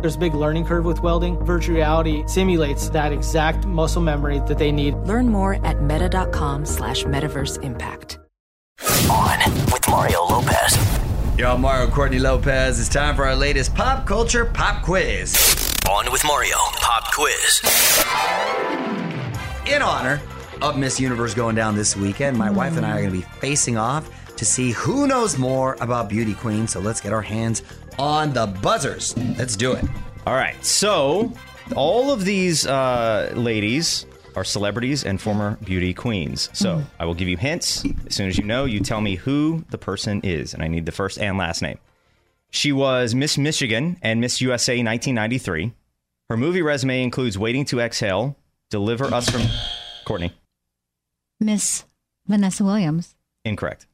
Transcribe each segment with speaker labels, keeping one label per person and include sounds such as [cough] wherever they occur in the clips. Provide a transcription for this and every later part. Speaker 1: There's a big learning curve with welding. Virtual reality simulates that exact muscle memory that they need.
Speaker 2: Learn more at meta.com slash metaverse impact.
Speaker 3: On with Mario Lopez.
Speaker 4: Yo, I'm Mario Courtney Lopez. It's time for our latest pop culture pop quiz.
Speaker 3: On with Mario. Pop quiz.
Speaker 4: In honor of Miss Universe going down this weekend, my wife and I are going to be facing off to see who knows more about beauty queens. So let's get our hands on the buzzers. Let's do it.
Speaker 5: All right. So, all of these uh, ladies are celebrities and former beauty queens. So, I will give you hints. As soon as you know, you tell me who the person is, and I need the first and last name. She was Miss Michigan and Miss USA 1993. Her movie resume includes Waiting to Exhale, Deliver Us from Courtney.
Speaker 6: Miss Vanessa Williams.
Speaker 5: Incorrect.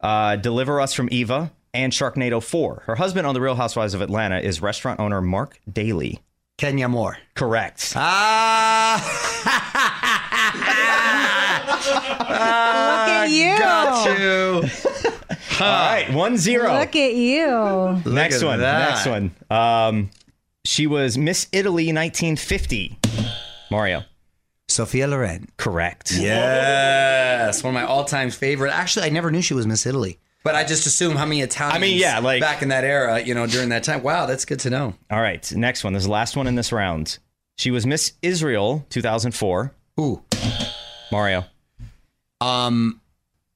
Speaker 5: uh, Deliver Us from Eva and Sharknado 4. Her husband on The Real Housewives of Atlanta is restaurant owner Mark Daly.
Speaker 4: Kenya Moore.
Speaker 5: Correct.
Speaker 4: [laughs] Ah!
Speaker 7: Look at you.
Speaker 4: Got you.
Speaker 5: All right, 1 0.
Speaker 7: Look at you.
Speaker 4: Look
Speaker 5: next
Speaker 4: at
Speaker 5: one.
Speaker 4: that.
Speaker 5: Next one. Um, she was Miss Italy 1950. Mario.
Speaker 4: Sophia Loren.
Speaker 5: Correct.
Speaker 4: Yes, one of my all-time favorite. Actually, I never knew she was Miss Italy, but I just assume how many Italians.
Speaker 5: I mean, yeah, like-
Speaker 4: back in that era, you know, during that time. Wow, that's good to know.
Speaker 5: All right. Next one. This is the last one in this round. She was Miss Israel 2004.
Speaker 4: Ooh,
Speaker 5: Mario.
Speaker 4: um,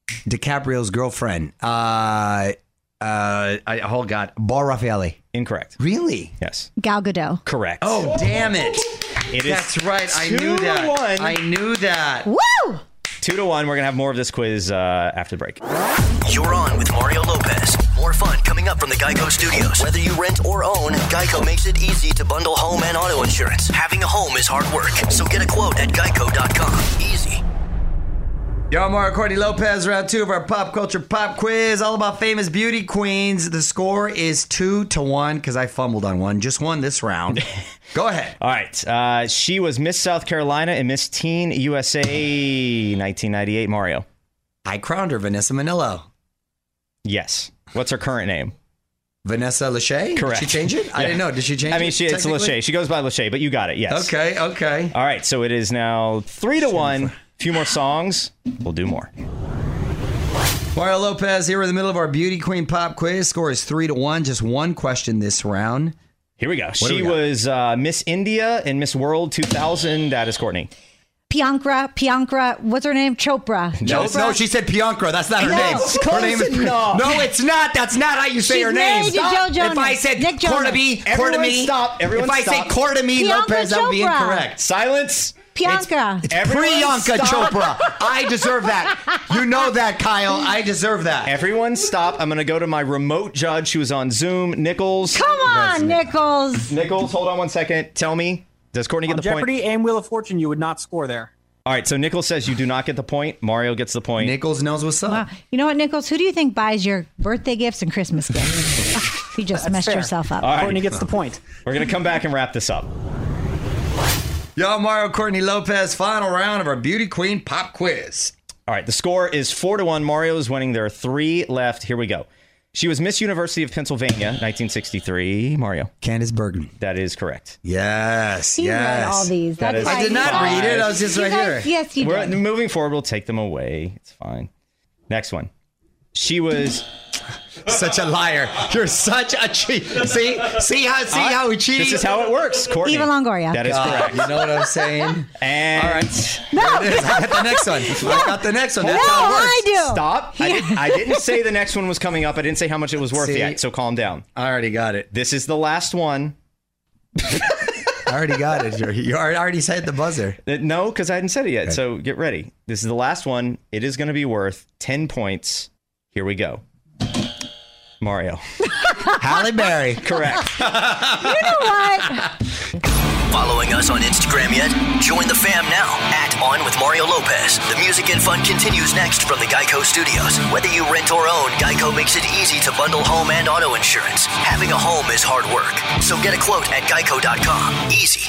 Speaker 4: DiCaprio's girlfriend. Uh, uh, I, oh God, Bar Raffaele.
Speaker 5: Incorrect.
Speaker 4: Really?
Speaker 5: Yes.
Speaker 6: Gal Gadot.
Speaker 5: Correct.
Speaker 4: Oh, damn it!
Speaker 5: it is
Speaker 4: That's right. I
Speaker 5: two
Speaker 4: knew
Speaker 5: to
Speaker 4: that.
Speaker 5: one.
Speaker 4: I knew that.
Speaker 6: Woo!
Speaker 5: two to one. We're going to have more of this quiz uh, after the break.
Speaker 3: You're on with Mario Lopez. More fun coming up from the Geico Studios. Whether you rent or own, Geico makes it easy to bundle home and auto insurance. Having a home is hard work, so get a quote at geico.com. Easy.
Speaker 4: Yo, I'm Mario Courtney Lopez, round two of our pop culture pop quiz, all about famous beauty queens. The score is two to one because I fumbled on one, just one this
Speaker 5: [laughs]
Speaker 4: round. Go ahead.
Speaker 5: All right. Uh, she was Miss South Carolina and Miss Teen USA 1998. Mario.
Speaker 4: I crowned her Vanessa Manillo.
Speaker 5: Yes. What's her current name?
Speaker 4: Vanessa Lachey?
Speaker 5: Correct.
Speaker 4: Did she change it? I
Speaker 5: Yeah.
Speaker 4: didn't know. Did she change it?
Speaker 5: I mean, she, it's
Speaker 4: technically?
Speaker 5: Lachey. She goes by Lachey, but you got it. Yes.
Speaker 4: Okay, okay.
Speaker 5: All right, so it is now three to one. A few more songs. We'll do more.
Speaker 4: Mario Lopez here in the middle of our beauty queen pop quiz. Score is three to one, just one question this round.
Speaker 5: Here we go.
Speaker 4: do
Speaker 5: she
Speaker 4: we got?
Speaker 5: was uh, Miss India and Miss World 2000. That is Courtney.
Speaker 6: Piankra, Piankra, what's her name? Chopra.
Speaker 4: No,
Speaker 6: Chopra.
Speaker 4: no, she said Piankra. That's not her
Speaker 6: No,
Speaker 4: name.
Speaker 6: it's
Speaker 4: her
Speaker 6: close
Speaker 4: name is
Speaker 5: enough.
Speaker 4: No, it's not. That's not how you say
Speaker 6: She's
Speaker 4: her name.
Speaker 6: married to Joe Jonas.
Speaker 4: If I said
Speaker 6: Nick Jonas.
Speaker 4: Cordoby,
Speaker 5: Everyone
Speaker 4: Cordomy,
Speaker 5: stop. Everyone
Speaker 4: if I say
Speaker 5: stop.
Speaker 4: Cordomy
Speaker 6: Priyanka
Speaker 4: Lopez, that would be
Speaker 6: Chopra.
Speaker 4: incorrect.
Speaker 5: Silence.
Speaker 6: Pianka.
Speaker 5: It's, everyone
Speaker 4: Priyanka
Speaker 5: stop.
Speaker 4: Chopra.
Speaker 6: [laughs]
Speaker 4: I deserve that. You know that, Kyle. I deserve that.
Speaker 5: Everyone stop. I'm going to go to my remote judge who is on Zoom. Nichols.
Speaker 6: Come on, Nichols.
Speaker 5: Nichols, hold on one second. Tell me, does Courtney get
Speaker 1: On
Speaker 5: the
Speaker 1: Jeopardy
Speaker 5: point?
Speaker 1: and Wheel of Fortune, you would not score there.
Speaker 5: All right, so Nichols says you do not get the point. Mario gets the point.
Speaker 4: Nichols knows what's up.
Speaker 6: Wow. You know what, Nichols? Who do you think buys your birthday gifts and
Speaker 7: [laughs]
Speaker 6: Christmas gifts? you just messed
Speaker 1: fair.
Speaker 6: yourself up.
Speaker 5: All right.
Speaker 1: Courtney gets the point.
Speaker 5: We're going to come back and wrap this up.
Speaker 4: Y'all, Mario Courtney Lopez, final round of our Beauty Queen pop quiz.
Speaker 5: All right, the score is four to one. Mario is winning. There are three left. Here we go. She was Miss University of Pennsylvania, 1963. Mario,
Speaker 4: Candace Bergman.
Speaker 5: that is correct.
Speaker 4: Yes.
Speaker 6: He
Speaker 4: yes.
Speaker 6: read all these.
Speaker 5: That
Speaker 6: That's
Speaker 5: is-
Speaker 6: why
Speaker 4: I did
Speaker 6: you
Speaker 4: not
Speaker 6: got-
Speaker 4: read it. I was just
Speaker 6: You
Speaker 4: right
Speaker 6: guys-
Speaker 4: here.
Speaker 6: Yes, you
Speaker 5: We're
Speaker 6: did.
Speaker 5: moving forward. We'll take them away. It's fine. Next one. She was.
Speaker 4: Such a liar. You're such a cheat. See, see how see how he cheated.
Speaker 5: This
Speaker 4: [laughs]
Speaker 5: is how it works, Courtney.
Speaker 6: Eva Longoria.
Speaker 5: That is
Speaker 4: Uh,
Speaker 5: correct.
Speaker 4: you know what I'm saying?
Speaker 5: And
Speaker 4: All right. There it is. I got the next one. I got the next one.
Speaker 6: no,
Speaker 4: That's how it works.
Speaker 6: I do.
Speaker 5: stop. I, did, I
Speaker 6: [laughs]
Speaker 5: didn't say the next one was coming up. I didn't say how much it was worth
Speaker 4: See?
Speaker 5: yet. So calm down.
Speaker 4: I already got it.
Speaker 5: This is the last one.
Speaker 4: I already got it. You're- You already- already said the buzzer.
Speaker 5: Uh, No, because I hadn't said it yet. So get ready. This is the last one. It is going to be worth 10 points. Here we go. Mario. [laughs]
Speaker 4: Halle Berry.
Speaker 5: Correct.
Speaker 4: [laughs]
Speaker 6: What?
Speaker 3: Following us on Instagram yet? Join the fam now at On With Mario Lopez. The music and fun continues next from the Geico Studios. Whether you rent or own, Geico makes it easy to bundle home and auto insurance. Having a home is hard work, so get a quote at geico.com. Easy.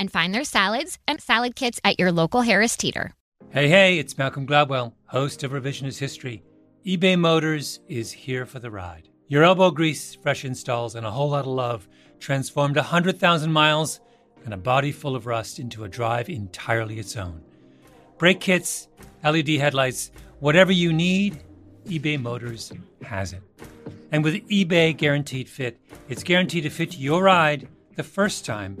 Speaker 8: and find their salads and salad kits at your local Harris Teeter.
Speaker 9: Hey, hey, it's Malcolm Gladwell, host of Revisionist History. eBay Motors is here for the ride. Your elbow grease, fresh installs, and a whole lot of love transformed 100,000 miles and a body full of rust into a drive entirely its own. Brake kits, LED headlights, whatever you need, eBay Motors has it. And with eBay Guaranteed Fit, it's guaranteed to fit your ride the first time,